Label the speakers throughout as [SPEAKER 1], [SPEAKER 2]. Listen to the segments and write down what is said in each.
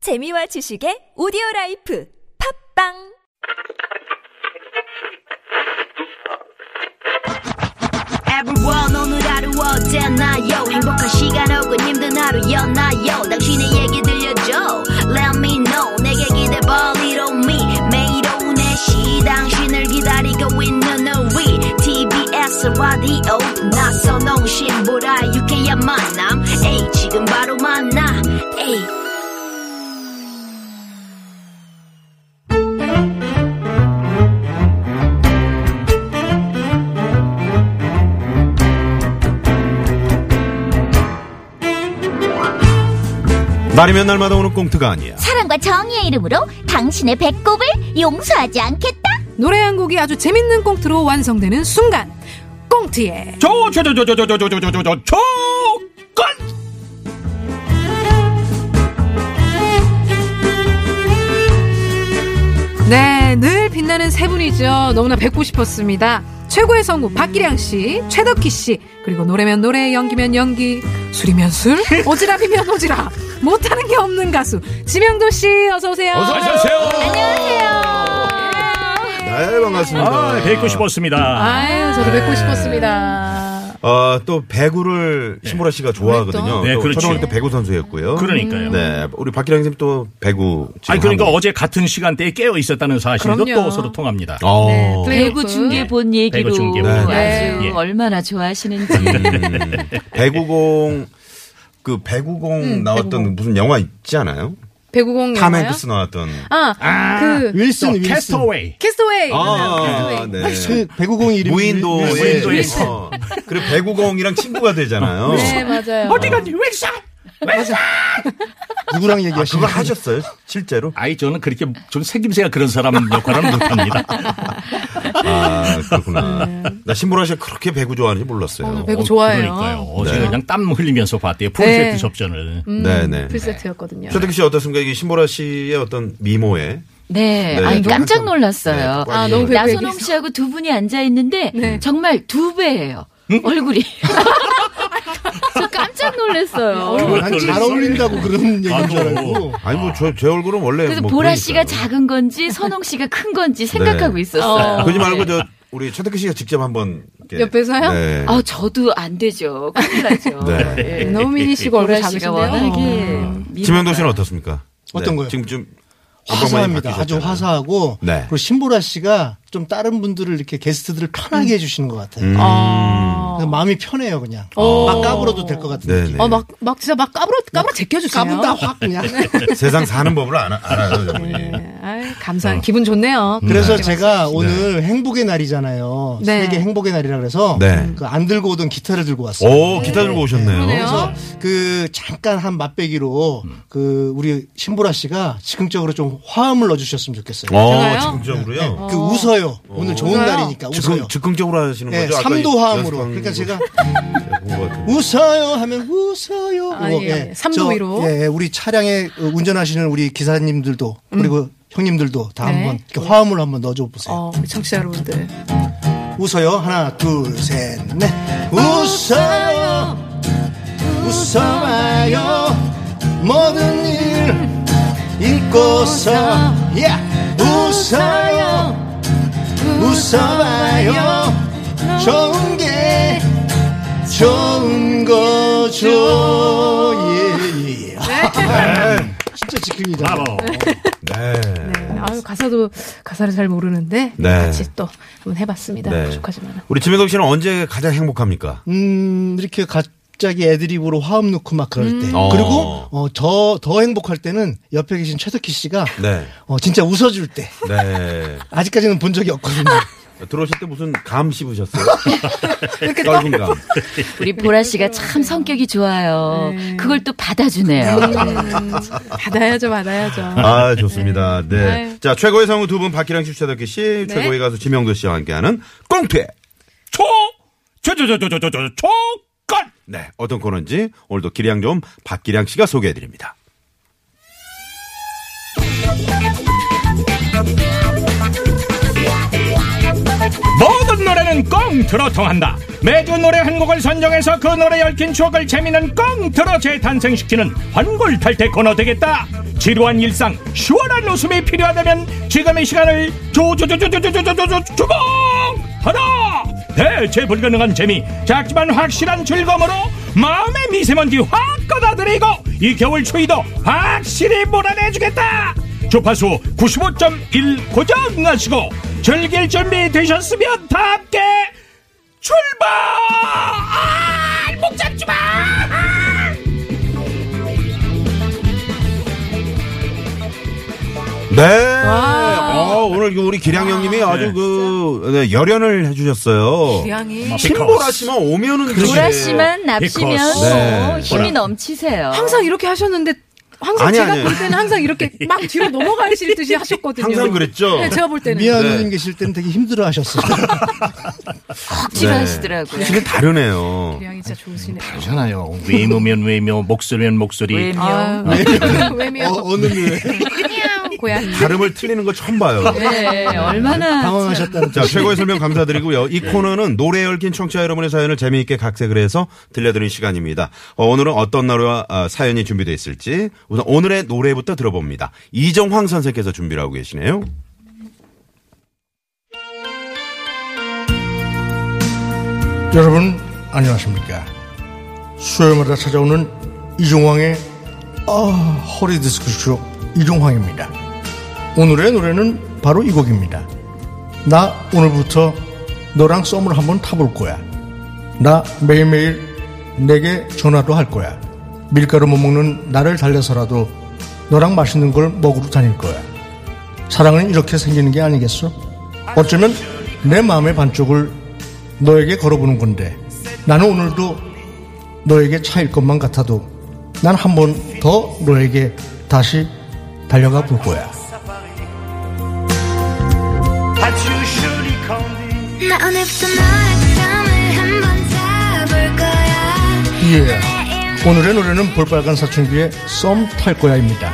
[SPEAKER 1] 재미와 지식의 오디오 라이프 팝빵
[SPEAKER 2] Everyone 오늘 하루 어땠나요 행복한 시간 혹은 힘든 하루였나요 당신의 얘기 들려줘 Let me know 내게 기대봐 Little me 매일 오후 4시 당신을 기다리고 있는 우리 TBS 라디오 나선홍 신보라 유쾌한 만남 에이 지금 바로 만나 에이
[SPEAKER 3] 날이면 날마다 오는 꽁트가 아니야.
[SPEAKER 4] 사랑과 정의의 이름으로 당신의 배꼽을 용서하지 않겠다.
[SPEAKER 5] 노래 한 곡이 아주 재밌는 꽁트로 완성되는 순간 꽁트에
[SPEAKER 6] 저저저저저저저저저저 건.
[SPEAKER 5] 네늘 빛나는 세 분이죠 너무나 뵙고 싶었습니다 최고의 성우 박기량 씨 최덕희 씨 그리고 노래면 노래 연기면 연기 술이면 술 오지랖이면 오지랖 못하는 게 없는 가수 지명도 씨 어서 오세요
[SPEAKER 6] 어서오세요.
[SPEAKER 3] 네, 반갑습니다.
[SPEAKER 6] 아, 뵙고 싶었습니다.
[SPEAKER 5] 아유 저도 뵙고 싶었습니다
[SPEAKER 3] 어, 또 배구를 신보라 씨가 좋아하거든요.
[SPEAKER 6] 네,
[SPEAKER 3] 또
[SPEAKER 6] 그렇죠.
[SPEAKER 3] 초등학교 때 배구 선수였고요.
[SPEAKER 6] 그러니까요.
[SPEAKER 3] 네, 우리 박기량 선생님 또 배구. 지금
[SPEAKER 6] 아니 그러니까
[SPEAKER 3] 하고.
[SPEAKER 6] 어제 같은 시간대에 깨어 있었다는 사실도
[SPEAKER 5] 그럼요.
[SPEAKER 6] 또 서로 통합니다.
[SPEAKER 3] 어.
[SPEAKER 7] 배구 중계본 얘기로
[SPEAKER 6] 네. 배구 중계본.
[SPEAKER 7] 아주
[SPEAKER 6] 네. 예.
[SPEAKER 7] 얼마나 좋아하시는지
[SPEAKER 3] 음, 배구공 그 배구공 나왔던 무슨 영화 있지 않아요?
[SPEAKER 5] 배구공
[SPEAKER 3] 탐
[SPEAKER 5] 영화요? 아,
[SPEAKER 3] 행크스 나왔던.
[SPEAKER 5] 아그 어.
[SPEAKER 8] 윌슨
[SPEAKER 6] 또
[SPEAKER 8] 윌슨
[SPEAKER 6] 캐스터웨이.
[SPEAKER 5] 캐스터웨이
[SPEAKER 3] 아, 아, 아, 네.
[SPEAKER 8] 그 배구공 이름
[SPEAKER 3] 무인도에
[SPEAKER 8] 윌슨.
[SPEAKER 3] 어, 그리고 배구공이랑 친구가 되잖아요.
[SPEAKER 5] 네 맞아요
[SPEAKER 6] 어디 갔지? 윌슨. 윌슨.
[SPEAKER 8] 누구랑 얘기하시는
[SPEAKER 3] 아, 그걸
[SPEAKER 8] 거예요?
[SPEAKER 3] 하셨어요? 실제로?
[SPEAKER 6] 아이 저는 그렇게 좀 새김새가 그런 사람 역할은 못합니다.
[SPEAKER 3] 아, 그렇구나. 나 신보라 씨가 그렇게 배구 좋아하는지 몰랐어요.
[SPEAKER 5] 배구 좋아해요
[SPEAKER 6] 그러니까요. 어제
[SPEAKER 3] 네.
[SPEAKER 6] 그냥 땀 흘리면서 봤대요. 풀세트
[SPEAKER 5] 네.
[SPEAKER 6] 접전을.
[SPEAKER 3] 네네.
[SPEAKER 5] 풀세트였거든요
[SPEAKER 3] 최덕기 씨 어떻습니까? 이게 신보라 씨의 어떤 미모에
[SPEAKER 7] 네,
[SPEAKER 3] 네,
[SPEAKER 7] 아니
[SPEAKER 3] 좀
[SPEAKER 7] 깜짝
[SPEAKER 3] 좀-
[SPEAKER 7] 놀랐어요
[SPEAKER 3] 네,
[SPEAKER 5] 아, 너무 배구 얘기.
[SPEAKER 7] 나선홍 씨하고 두 분이 앉아 있는데
[SPEAKER 5] 네.
[SPEAKER 7] 정말 두 배예요 얼굴이 저 깜짝 놀랐어요
[SPEAKER 8] 아, 난잘 어울린다고
[SPEAKER 3] 아,
[SPEAKER 8] 그런 얘기인 줄 알고
[SPEAKER 3] 아니 뭐 저 제 얼굴은 원래
[SPEAKER 7] 그래서
[SPEAKER 3] 뭐
[SPEAKER 7] 보라
[SPEAKER 3] 그러니까요.
[SPEAKER 7] 씨가 작은 건지 선홍 씨가 큰 건지 생각하고
[SPEAKER 3] 네.
[SPEAKER 7] 있었어요
[SPEAKER 3] 그러지 말고
[SPEAKER 7] 네.
[SPEAKER 3] 저 우리 최덕기 씨가 직접 한번 이렇게-
[SPEAKER 5] 옆에서요?
[SPEAKER 3] 네.
[SPEAKER 7] 아 저도 안 되죠 큰일 나죠
[SPEAKER 3] 네.
[SPEAKER 7] 예.
[SPEAKER 5] 너무 미니시고 얼굴
[SPEAKER 7] 보라
[SPEAKER 5] 작으신데요 어.
[SPEAKER 7] 씨가 워낙에
[SPEAKER 3] 지명도 씨는 어떻습니까?
[SPEAKER 8] 네. 어떤 거요?
[SPEAKER 3] 지금 좀
[SPEAKER 8] 화사합니다. 아주 화사하고
[SPEAKER 3] 네.
[SPEAKER 8] 그리고 신보라 씨가 좀 다른 분들을 이렇게 게스트들을
[SPEAKER 5] 음.
[SPEAKER 8] 편하게 해주시는 것 같아요.
[SPEAKER 3] 음.
[SPEAKER 8] 그래서 마음이 편해요 그냥 막 까불어도 될 것 같은
[SPEAKER 3] 네네.
[SPEAKER 8] 느낌.
[SPEAKER 5] 어막막 진짜 막 까불어 까불어 제껴주세요.
[SPEAKER 8] 까분다 확 그냥.
[SPEAKER 3] 세상 사는 법을 안 알아요, 저분이.
[SPEAKER 5] 네, 아이,
[SPEAKER 3] 어.
[SPEAKER 5] 감사한 기분 좋네요.
[SPEAKER 3] 음.
[SPEAKER 8] 그래서 제가 오늘 행복의 날이잖아요.
[SPEAKER 5] 네.
[SPEAKER 8] 세계 행복의 날이라 그래서
[SPEAKER 3] 네.
[SPEAKER 8] 그 안 들고 오던 기타를 들고 왔어요.
[SPEAKER 3] 오 기타 들고 오셨네요.
[SPEAKER 5] 그러네요.
[SPEAKER 8] 그래서 그렇죠. 그 잠깐 한 맛배기로 그 우리 신보라 씨가 즉흥적으로 좀 화음을 넣어주셨으면 좋겠어요.
[SPEAKER 3] 어
[SPEAKER 5] 제가요?
[SPEAKER 3] 즉흥적으로요.
[SPEAKER 8] 그 웃어요. 오늘 좋은
[SPEAKER 5] 웃어요?
[SPEAKER 8] 날이니까 그러니까 웃어요.
[SPEAKER 3] 즉흥, 즉흥적으로 하시는
[SPEAKER 8] 네,
[SPEAKER 3] 거죠? 아까
[SPEAKER 8] 삼도 화음으로.
[SPEAKER 3] 연습한
[SPEAKER 8] 그러니까
[SPEAKER 3] 거
[SPEAKER 8] 제가
[SPEAKER 3] 본것 같은데.
[SPEAKER 8] 웃어요 하면 웃어요.
[SPEAKER 5] 아,
[SPEAKER 8] 이거,
[SPEAKER 5] 예, 예. 삼도
[SPEAKER 8] 저,
[SPEAKER 5] 위로.
[SPEAKER 8] 예, 예, 우리 차량에 어, 운전하시는 우리 기사님들도 그리고 형님들도 다
[SPEAKER 5] 네.
[SPEAKER 8] 한번 이렇게 화음을 한번 넣어줘 보세요.
[SPEAKER 5] 어, 우리 청취자 여러분들.
[SPEAKER 8] 웃어요. 하나, 둘, 셋, 넷. 웃어요. 웃어봐요. 모든 일 잊고서. 야! 웃어요. 웃어봐요. 좋은 게 좋은 거죠. 예, 예. 진짜 지금이다.
[SPEAKER 6] 바로.
[SPEAKER 3] 네.
[SPEAKER 5] 아유, 가사도, 가사를 잘 모르는데.
[SPEAKER 3] 네.
[SPEAKER 5] 같이 또 한번 해봤습니다.
[SPEAKER 3] 네.
[SPEAKER 5] 부족하지만.
[SPEAKER 3] 우리 지명덕 씨는 언제 가장 행복합니까?
[SPEAKER 8] 음, 이렇게 갑자기 애드립으로 화음 넣고 막 그럴 때.
[SPEAKER 3] 어.
[SPEAKER 8] 그리고, 어, 더, 더 행복할 때는 옆에 계신 최덕희 씨가,
[SPEAKER 3] 네.
[SPEAKER 8] 어, 진짜 웃어줄 때.
[SPEAKER 3] 네.
[SPEAKER 8] 아직까지는 본 적이 없거든요.
[SPEAKER 3] 들어오실 때 무슨 감 씹으셨어요?
[SPEAKER 5] 이렇게 또
[SPEAKER 3] 떫은 감.
[SPEAKER 7] 우리 보라 씨가 참 성격이 좋아요
[SPEAKER 5] 네.
[SPEAKER 7] 그걸 또 받아주네요
[SPEAKER 5] 받아야죠, 받아야죠.
[SPEAKER 3] 아, 좋습니다. 네.
[SPEAKER 5] 아유.
[SPEAKER 3] 자, 최고의 성우 두 분 박기량 씨, 최덕기 씨, 최고의 가수 지명도 씨와 함께하는 꽁트에
[SPEAKER 6] 초. 저저저저저저 초. 건.
[SPEAKER 3] 네, 어떤 코너인지 오늘도 기량 좀 박기량 씨가 소개해 드립니다.
[SPEAKER 6] 모든 노래는
[SPEAKER 9] 꽁꽁 들어 통한다. 매주 노래 한 곡을 선정해서 그 노래 얽힌 추억을 재미는 꽁 들어 재탄생시키는 환골탈태 코너 되겠다. 지루한 일상, 시원한 웃음이 필요하다면 지금의 시간을 조조조조조조조조조조조봉 하라. 대체 네, 불가능한 재미, 작지만 확실한 즐거움으로 마음의 미세먼지 확 걷어들이고 이 겨울 추위도 확실히 몰아내주겠다. 주파수 95.1 고정하시고 즐길 준비 되셨으면 다 함께 출발! 아, 목 잡지 마!
[SPEAKER 3] 네. 어, 오늘 그 우리 기량 형님이 아주 그 네, 열연을 해주셨어요.
[SPEAKER 5] 기량이.
[SPEAKER 3] 신보라씨만 오면은 되게-
[SPEAKER 7] 보라씨만 납치면
[SPEAKER 6] 비커스.
[SPEAKER 3] 네.
[SPEAKER 7] 어, 힘이 넘치세요.
[SPEAKER 5] 항상 이렇게 하셨는데 항상
[SPEAKER 3] 아니,
[SPEAKER 5] 제가
[SPEAKER 3] 아니에요.
[SPEAKER 5] 볼 때는 항상 이렇게 막 뒤로 넘어가실 듯이 하셨거든요.
[SPEAKER 3] 항상 그랬죠.
[SPEAKER 5] 네, 제가 볼 때는.
[SPEAKER 8] 미아
[SPEAKER 3] 네. 아,
[SPEAKER 8] 누님 계실 때는 되게 힘들어 하셨어요.
[SPEAKER 7] 억지로
[SPEAKER 3] 네.
[SPEAKER 7] 하시더라고요.
[SPEAKER 3] 확실히 다르네요.
[SPEAKER 5] 기량이 진짜 좋으시네.
[SPEAKER 6] 그러잖아요. 외모면 외모, 목소리면 목소리.
[SPEAKER 7] 왜요?
[SPEAKER 5] 아,
[SPEAKER 8] 어,
[SPEAKER 5] 외미어
[SPEAKER 8] 어느 게
[SPEAKER 3] 네.
[SPEAKER 5] 고양이.
[SPEAKER 3] 발음을 틀리는 거 처음 봐요.
[SPEAKER 7] 네, 얼마나.
[SPEAKER 8] 당황하셨다는
[SPEAKER 3] 자, 최고의 설명 감사드리고요.
[SPEAKER 5] 네.
[SPEAKER 3] 이 코너는 노래에 얽힌 청취자 여러분의 사연을 재미있게 각색을 해서 들려드리는 시간입니다. 어, 오늘은 어떤 노래와 아, 사연이 준비되어 있을지 우선 오늘의 노래부터 들어봅니다. 이정황 선생께서 준비를 하고 계시네요.
[SPEAKER 8] 여러분 안녕하십니까 수요일마다 찾아오는 이종황의 아 허리 디스크쇼 이종황입니다 오늘의 노래는 바로 이 곡입니다 나 오늘부터 너랑 썸을 한번 타볼 거야 나 매일매일 내게 전화도 할 거야 밀가루 못 먹는 나를 달래서라도 너랑 맛있는 걸 먹으러 다닐 거야 사랑은 이렇게 생기는 게 아니겠어? 어쩌면 내 마음의 반쪽을 너에게 걸어보는 건데 나는 오늘도 너에게 차일 것만 같아도 난 한 번 더 너에게 다시 달려가 볼 거야.
[SPEAKER 2] 나 오늘부터 너랑 썸을 한번 타볼 거야
[SPEAKER 8] 예. 오늘의 노래는 볼빨간 사춘기의 썸 탈 거야입니다.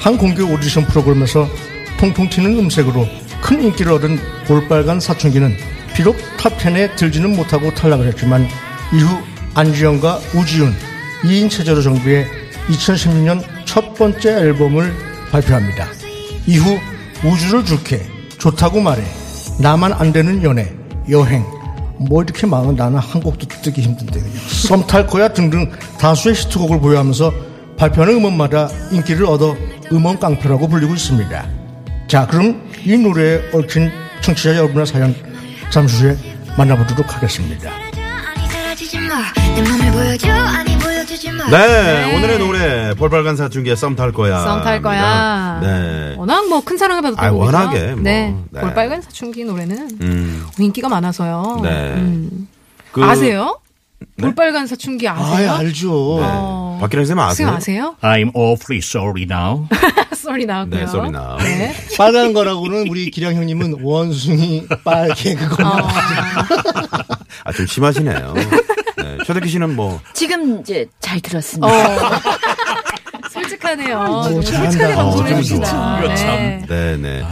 [SPEAKER 8] 한 공개 오디션 프로그램에서 통통 튀는 음색으로 큰 인기를 얻은 볼빨간 사춘기는 비록 탑10에 들지는 못하고 탈락을 했지만 이후 안지현과 우지훈 2인 체제로 정비해 2016년 첫 번째 앨범을 발표합니다. 이후 우주를 줄게 좋다고 말해 나만 안 되는 연애 여행 뭐 이렇게 많은 나는 한 곡도 뜨기 힘든데 썸 탈 거야 등등 다수의 히트곡을 보유하면서 발표하는 음원마다 인기를 얻어 음원 깡패라고 불리고 있습니다. 자 그럼 이 노래에 얽힌 청취자 여러분의 사연 잠시 후에 만나보도록 하겠습니다.
[SPEAKER 2] 아니 사라지지 마내 맘을 보여줘 아니 보여주지 마
[SPEAKER 3] 네, 오늘의 노래 볼빨간 사춘기의 썸 탈 거야.
[SPEAKER 5] 썸탈
[SPEAKER 3] 입니다.
[SPEAKER 5] 거야.
[SPEAKER 3] 네.
[SPEAKER 5] 워낙 뭐 큰 사랑을 받았던
[SPEAKER 3] 아이,
[SPEAKER 5] 곡이죠.
[SPEAKER 3] 워낙에 뭐,
[SPEAKER 5] 네.
[SPEAKER 3] 네.
[SPEAKER 5] 볼빨간 사춘기 노래는
[SPEAKER 3] 음,
[SPEAKER 5] 인기가 많아서요. 음.
[SPEAKER 3] 네. 그-
[SPEAKER 5] 아세요? 볼빨간 사춘기 아세요?
[SPEAKER 8] 알죠.
[SPEAKER 3] 네. 박기량 쌤 아세요?
[SPEAKER 5] 선생님 아세요?
[SPEAKER 6] I'm awfully sorry now.
[SPEAKER 5] 썰이 나왔고요.
[SPEAKER 3] 네, 쏘리 나.
[SPEAKER 5] 네.
[SPEAKER 8] 빨간 거라고는 우리 기량 형님은 원숭이 빨개 그것만
[SPEAKER 5] 어.
[SPEAKER 3] 아, 좀 심하시네요. 네, 최덕기 씨는 뭐,
[SPEAKER 7] 지금 이제 잘 들었습니다.
[SPEAKER 5] 어.
[SPEAKER 3] 아,
[SPEAKER 5] 솔직하네요.
[SPEAKER 3] 뭐
[SPEAKER 8] 오,
[SPEAKER 5] 솔직하게
[SPEAKER 8] 잘한다.
[SPEAKER 5] 방송해
[SPEAKER 8] 어,
[SPEAKER 5] 주시다.
[SPEAKER 6] 이거 참.
[SPEAKER 5] 네.
[SPEAKER 3] 네네.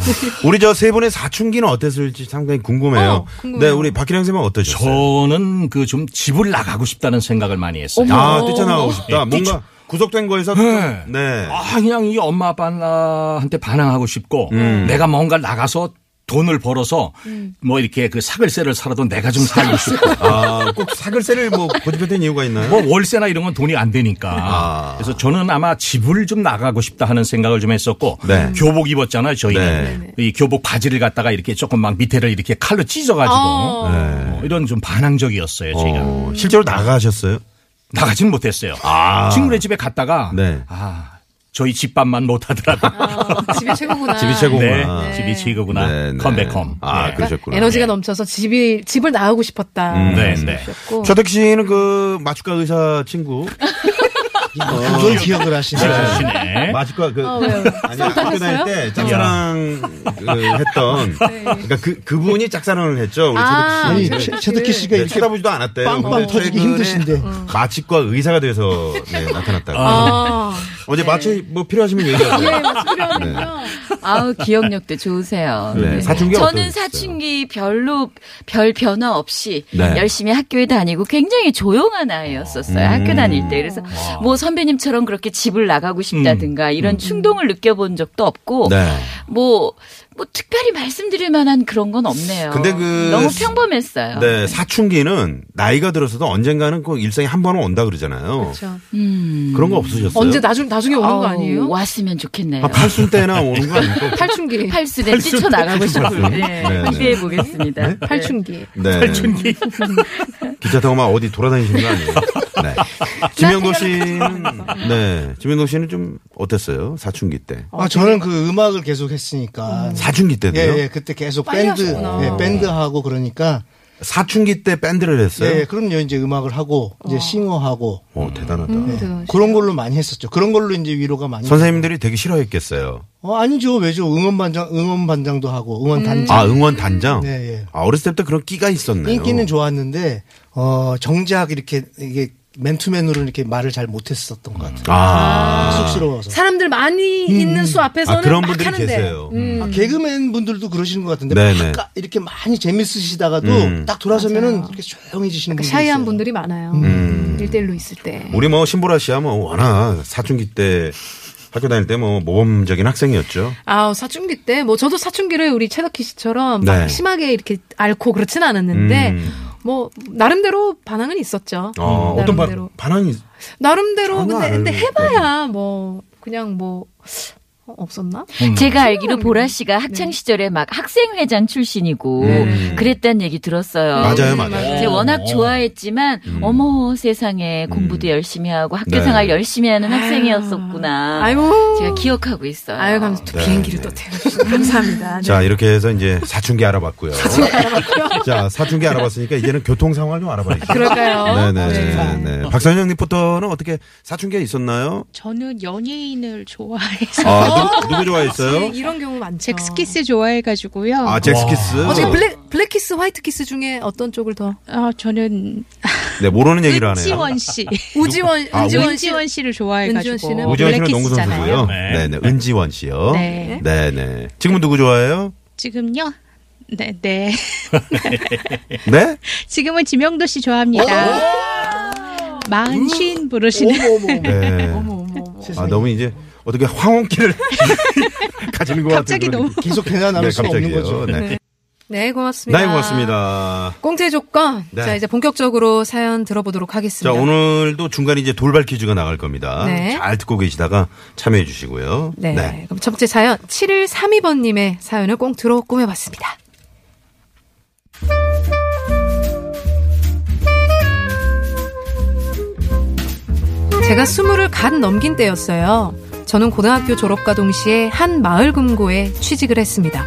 [SPEAKER 3] 우리 저 세 분의 사춘기는 어땠을지 상당히 궁금해요.
[SPEAKER 5] 어, 궁금해요.
[SPEAKER 3] 네, 우리 박기량 쌤은 어떠셨어요?
[SPEAKER 6] 저는 그 좀 집을 나가고 싶다는 생각을 많이 했어요.
[SPEAKER 3] 아, 뛰쳐나가고 싶다.
[SPEAKER 6] 예, 뛰쳐-
[SPEAKER 3] 뭔가 구속된 거에서.
[SPEAKER 6] 네.
[SPEAKER 3] 네.
[SPEAKER 6] 아, 그냥 이 엄마 아빠한테 반항하고 싶고
[SPEAKER 3] 음.
[SPEAKER 6] 내가 뭔가 나가서 돈을 벌어서 뭐 이렇게 그 사글세를 살아도 내가 좀 살고 싶고
[SPEAKER 3] 아, 꼭 사글세를 뭐 고집했던 이유가 있나요?
[SPEAKER 6] 뭐 월세나 이런 건 돈이 안 되니까.
[SPEAKER 3] 아.
[SPEAKER 6] 그래서 저는 아마 집을 좀 나가고 싶다 하는 생각을 좀 했었고
[SPEAKER 3] 네.
[SPEAKER 6] 교복 입었잖아요 저희는 이 교복 바지를 갖다가 이렇게 조금 막 밑에를 이렇게 칼로 찢어가지고
[SPEAKER 5] 어.
[SPEAKER 6] 어, 이런 좀 반항적이었어요 제가
[SPEAKER 3] 어, 실제로 나가셨어요?
[SPEAKER 6] 나가진 못했어요.
[SPEAKER 3] 아.
[SPEAKER 6] 친구네 집에 갔다가
[SPEAKER 3] 네.
[SPEAKER 6] 아 저희 집밥만 못하더라고.
[SPEAKER 5] 어, 집이 최고구나.
[SPEAKER 3] 집이 최고구나.
[SPEAKER 6] 네,
[SPEAKER 3] 네.
[SPEAKER 6] 집이 최고구나. 컴백홈.
[SPEAKER 3] 아,
[SPEAKER 6] 네.
[SPEAKER 3] 그러셨구나. 네.
[SPEAKER 5] 에너지가 넘쳐서 집이 집을 나가고 싶었다.
[SPEAKER 3] 음,
[SPEAKER 6] 네,
[SPEAKER 5] 말씀해
[SPEAKER 6] 네.
[SPEAKER 5] 주셨고.
[SPEAKER 3] 최덕기 씨는 그 마취과 의사 친구.
[SPEAKER 8] 뭐 그걸 기억을 아, 하시네.
[SPEAKER 6] 잘하시네.
[SPEAKER 3] 마취과 그.
[SPEAKER 5] 어, 왜요? 네.
[SPEAKER 3] 아니, 학교 다닐 때 짝사랑 그, 했던. 그러니까 그, 그분이 짝사랑을 했죠. 우리
[SPEAKER 5] 아,
[SPEAKER 3] 최덕기
[SPEAKER 8] 아니
[SPEAKER 3] 씨.
[SPEAKER 8] 최- 최덕기 씨가
[SPEAKER 3] 네,
[SPEAKER 8] 이렇게
[SPEAKER 3] 쳐다보지도 않았대요.
[SPEAKER 8] 빵빵
[SPEAKER 3] 근데
[SPEAKER 8] 터지기
[SPEAKER 3] 최근에
[SPEAKER 8] 힘드신데.
[SPEAKER 3] 마취과 의사가 돼서 네, 나타났다고.
[SPEAKER 5] 음. 아,
[SPEAKER 3] 어제 마취 뭐 필요하시면 얘기하세요.
[SPEAKER 7] 예, 맞필요하군요 아우 기억력도 좋으세요.
[SPEAKER 3] 네, 사춘기
[SPEAKER 7] 저는
[SPEAKER 3] 어떠셨어요?
[SPEAKER 7] 사춘기 별로 별 변화 없이
[SPEAKER 3] 네.
[SPEAKER 7] 열심히 학교에 다니고 굉장히 조용한 아이였었어요.
[SPEAKER 3] 음.
[SPEAKER 7] 학교 다닐 때 그래서 뭐 선배님처럼 그렇게 집을 나가고 싶다든가 이런 충동을 느껴본 적도 없고
[SPEAKER 3] 음. 네.
[SPEAKER 7] 뭐. 뭐 특별히 말씀드릴 만한 그런 건 없네요.
[SPEAKER 3] 근데 그-
[SPEAKER 7] 너무 평범했어요.
[SPEAKER 3] 네, 사춘기는 나이가 들어서도 언젠가는 꼭 일상에 한 번은 온다 그러잖아요.
[SPEAKER 5] 그렇죠.
[SPEAKER 7] 음.
[SPEAKER 3] 그런거 없으셨어요?
[SPEAKER 5] 언제 나중 나중에 오는
[SPEAKER 7] 아우,
[SPEAKER 5] 거 아니에요?
[SPEAKER 7] 왔으면 좋겠네요.
[SPEAKER 3] 아, 팔순 때나 오는 거 아니고.
[SPEAKER 5] 탈춘기.
[SPEAKER 7] 팔순에 뛰쳐나가고 싶어요. 네,
[SPEAKER 3] 네, 네.
[SPEAKER 7] 기대해 보겠습니다.
[SPEAKER 5] 탈춘기.
[SPEAKER 3] 네.
[SPEAKER 6] 춘기
[SPEAKER 3] 기차 타고 막 어디 돌아다니시는 거 아니에요? 네. 지명도 씨는, 네. 지명도 씨는 좀 어땠어요? 사춘기 때.
[SPEAKER 5] 어,
[SPEAKER 8] 아, 저는 그 음악을 계속 했으니까.
[SPEAKER 3] 사춘기 때도요?
[SPEAKER 8] 예, 예, 그때 계속
[SPEAKER 5] 빨리
[SPEAKER 8] 밴드,
[SPEAKER 5] 하셨구나.
[SPEAKER 8] 예, 밴드하고 그러니까.
[SPEAKER 3] 사춘기 때 밴드를 했어요?
[SPEAKER 8] 예, 그럼요. 이제 음악을 하고, 이제 싱어하고.
[SPEAKER 3] 오, 대단하다.
[SPEAKER 8] 그런 걸로 많이 했었죠. 그런 걸로 이제 위로가 많이.
[SPEAKER 3] 선생님들이 되게 싫어했겠어요.
[SPEAKER 8] 어, 아니죠. 왜죠. 응원반장, 응원반장도 하고,
[SPEAKER 5] 음.
[SPEAKER 8] 응원단장.
[SPEAKER 3] 아, 응원 단장?
[SPEAKER 8] 네, 예.
[SPEAKER 3] 아, 어렸을 때부터 그런 끼가 있었네요.
[SPEAKER 8] 음.
[SPEAKER 3] 아,
[SPEAKER 8] 인기는 좋았는데, 어, 정작 이렇게, 이게 맨투맨으로 이렇게 말을 잘 못했었던 것 같아요.
[SPEAKER 3] 아.
[SPEAKER 8] 쑥스러워서.
[SPEAKER 5] 사람들 많이 있는 수
[SPEAKER 3] 음,
[SPEAKER 5] 앞에서는
[SPEAKER 3] 아, 그런
[SPEAKER 5] 막
[SPEAKER 3] 분들이
[SPEAKER 5] 하는데. 음.
[SPEAKER 3] 계세요.
[SPEAKER 8] 아, 개그맨 분들도 그러시는 것 같은데
[SPEAKER 3] 네네.
[SPEAKER 8] 막 까- 이렇게 많이 재밌으시다가도
[SPEAKER 3] 음.
[SPEAKER 8] 딱 돌아서면은 이렇게 조용해지시는
[SPEAKER 5] 그러니까
[SPEAKER 8] 분들
[SPEAKER 10] 샤이한
[SPEAKER 8] 있어요.
[SPEAKER 10] 분들이 많아요.
[SPEAKER 3] 음.
[SPEAKER 10] 일대일로 있을 때.
[SPEAKER 3] 우리 뭐 신보라 씨야 뭐 워낙 사춘기 때 학교 다닐 때 뭐 모범적인 학생이었죠.
[SPEAKER 5] 아우 사춘기 때 뭐 저도 사춘기를 우리 최덕희 씨처럼
[SPEAKER 3] 네.
[SPEAKER 5] 막 심하게 이렇게 앓고 그렇진 않았는데
[SPEAKER 3] 음.
[SPEAKER 5] 뭐 나름대로 반항은 있었죠.
[SPEAKER 3] 어, 어떤 반,
[SPEAKER 5] 음, 나름대로
[SPEAKER 3] 반항이
[SPEAKER 5] 나름대로 근데
[SPEAKER 3] 전혀 안
[SPEAKER 5] 근데
[SPEAKER 3] 알고
[SPEAKER 5] 해봐야 뭐 그냥 뭐 어, 없었나?
[SPEAKER 3] 음.
[SPEAKER 7] 제가 알기로
[SPEAKER 10] 음.
[SPEAKER 7] 보라 씨가
[SPEAKER 10] 네.
[SPEAKER 7] 학창 시절에 막 학생회장 출신이고 그랬다는 얘기 들었어요.
[SPEAKER 3] 음. 맞아요, 맞아요.
[SPEAKER 5] 네.
[SPEAKER 7] 제가 워낙 좋아했지만 어머 세상에 공부도 열심히 하고 학교
[SPEAKER 3] 음. 네.
[SPEAKER 7] 생활 열심히
[SPEAKER 10] 아.
[SPEAKER 7] 하는 학생이었었구나.
[SPEAKER 5] 아유
[SPEAKER 7] 제가 기억하고 있어요.
[SPEAKER 5] 아유 감사 또
[SPEAKER 3] 네,
[SPEAKER 5] 비행기를
[SPEAKER 3] 네.
[SPEAKER 5] 또 태워 감사합니다. 네.
[SPEAKER 3] 자 이렇게 해서 이제 사춘기 알아봤고요. 사춘기 알아봤고요. 자 사춘기 알아봤으니까 이제는 교통 상황 좀 알아봐야죠.
[SPEAKER 5] 그럴까요?
[SPEAKER 3] 네네. 네. 박선영 리포터는 어떻게 사춘기가 있었나요?
[SPEAKER 10] 저는 연예인을 좋아해서
[SPEAKER 3] 아 누, 누구 좋아했어요?
[SPEAKER 5] 네, 이런 경우 많죠.
[SPEAKER 10] 잭스키스 좋아해가지고요.
[SPEAKER 3] 아 잭스키스.
[SPEAKER 5] 어제 블랙 블랙키스 화이트키스 중에 어떤 쪽을 더
[SPEAKER 10] 아, 저는
[SPEAKER 3] 네 모르는 얘기를 하네요.
[SPEAKER 10] 은지원 씨,
[SPEAKER 5] 우지원
[SPEAKER 3] 아,
[SPEAKER 5] 은지원 씨
[SPEAKER 10] 은지원 씨를 좋아해가지고
[SPEAKER 5] 은지원 씨는
[SPEAKER 3] 우지원 씨는 농구
[SPEAKER 10] 블랙키스잖아요.
[SPEAKER 3] 선수고요.
[SPEAKER 6] 네.
[SPEAKER 3] 네네 은지원 씨요.
[SPEAKER 10] 네.
[SPEAKER 3] 네네. 지금은 누구 좋아해요?
[SPEAKER 10] 지금요. 네, 네.
[SPEAKER 3] 네?
[SPEAKER 10] 지금은 지명도 씨 좋아합니다. 마흔 쉰 부르시는
[SPEAKER 3] 네. 아 너무 이제 어떻게 황혼기를 가지는 것
[SPEAKER 10] 갑자기
[SPEAKER 3] 같은 그런
[SPEAKER 10] 너무
[SPEAKER 3] 느낌.
[SPEAKER 8] 계속 대화
[SPEAKER 3] 네,
[SPEAKER 8] 나눌 수가 없는 거죠.
[SPEAKER 3] 갑자기요. 네.
[SPEAKER 5] 네 고맙습니다.
[SPEAKER 3] 네, 고맙습니다.
[SPEAKER 5] 공채 조건
[SPEAKER 3] 네.
[SPEAKER 5] 자 이제 본격적으로 사연 들어보도록
[SPEAKER 3] 자,
[SPEAKER 5] 하겠습니다.
[SPEAKER 3] 오늘도 중간에 이제 돌발 퀴즈가 나갈 겁니다.
[SPEAKER 5] 네.
[SPEAKER 3] 잘 듣고 계시다가 참여해 주시고요.
[SPEAKER 5] 네. 그럼 첫 번째 사연 7132번님의 사연을 꽁트로 꾸며봤습니다. 제가 스물을 갓 넘긴 때였어요. 저는 고등학교 졸업과 동시에 한 마을 금고에 취직을 했습니다.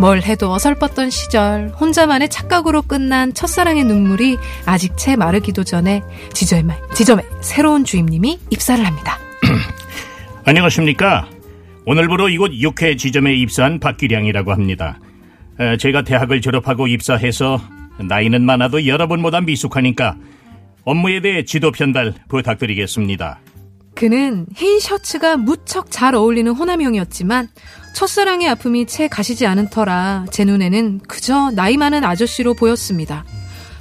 [SPEAKER 5] 뭘 해도 어설펐던 시절, 혼자만의 착각으로 끝난 첫사랑의 눈물이 아직 채 마르기도 전에 지점에, 지점에 새로운 주임님이 입사를 합니다.
[SPEAKER 9] 안녕하십니까. 오늘부로 이곳 6회 지점에 입사한 박기량이라고 합니다. 에, 제가 대학을 졸업하고 입사해서 나이는 많아도 여러분보다 미숙하니까 업무에 대해 지도 편달 부탁드리겠습니다.
[SPEAKER 5] 그는 흰 셔츠가 무척 잘 어울리는 호남형이었지만 첫사랑의 아픔이 채 가시지 않은 터라 제 눈에는 그저 나이 많은 아저씨로 보였습니다.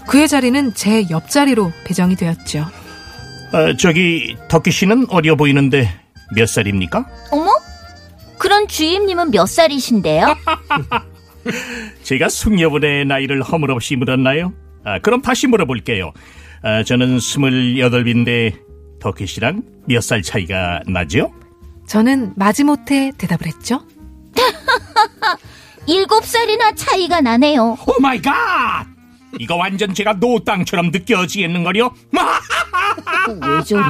[SPEAKER 5] 그의 자리는 제 옆자리로 배정이 되었죠.
[SPEAKER 9] 어, 저기 덕기 씨는 어려 보이는데 몇 살입니까?
[SPEAKER 4] 어머? 그런 주임님은 몇 살이신데요?
[SPEAKER 9] 제가 숙녀분의 나이를 허물없이 물었나요? 아, 그럼 다시 물어볼게요. 아, 저는 28인데 덕희 씨랑 몇 살 차이가 나죠?
[SPEAKER 5] 저는 마지못해 대답을 했죠.
[SPEAKER 4] 일곱 살이나 차이가 나네요.
[SPEAKER 9] 오 마이 갓! 이거 완전 제가 노땅처럼 느껴지겠는걸요? 아,
[SPEAKER 7] 왜 저래?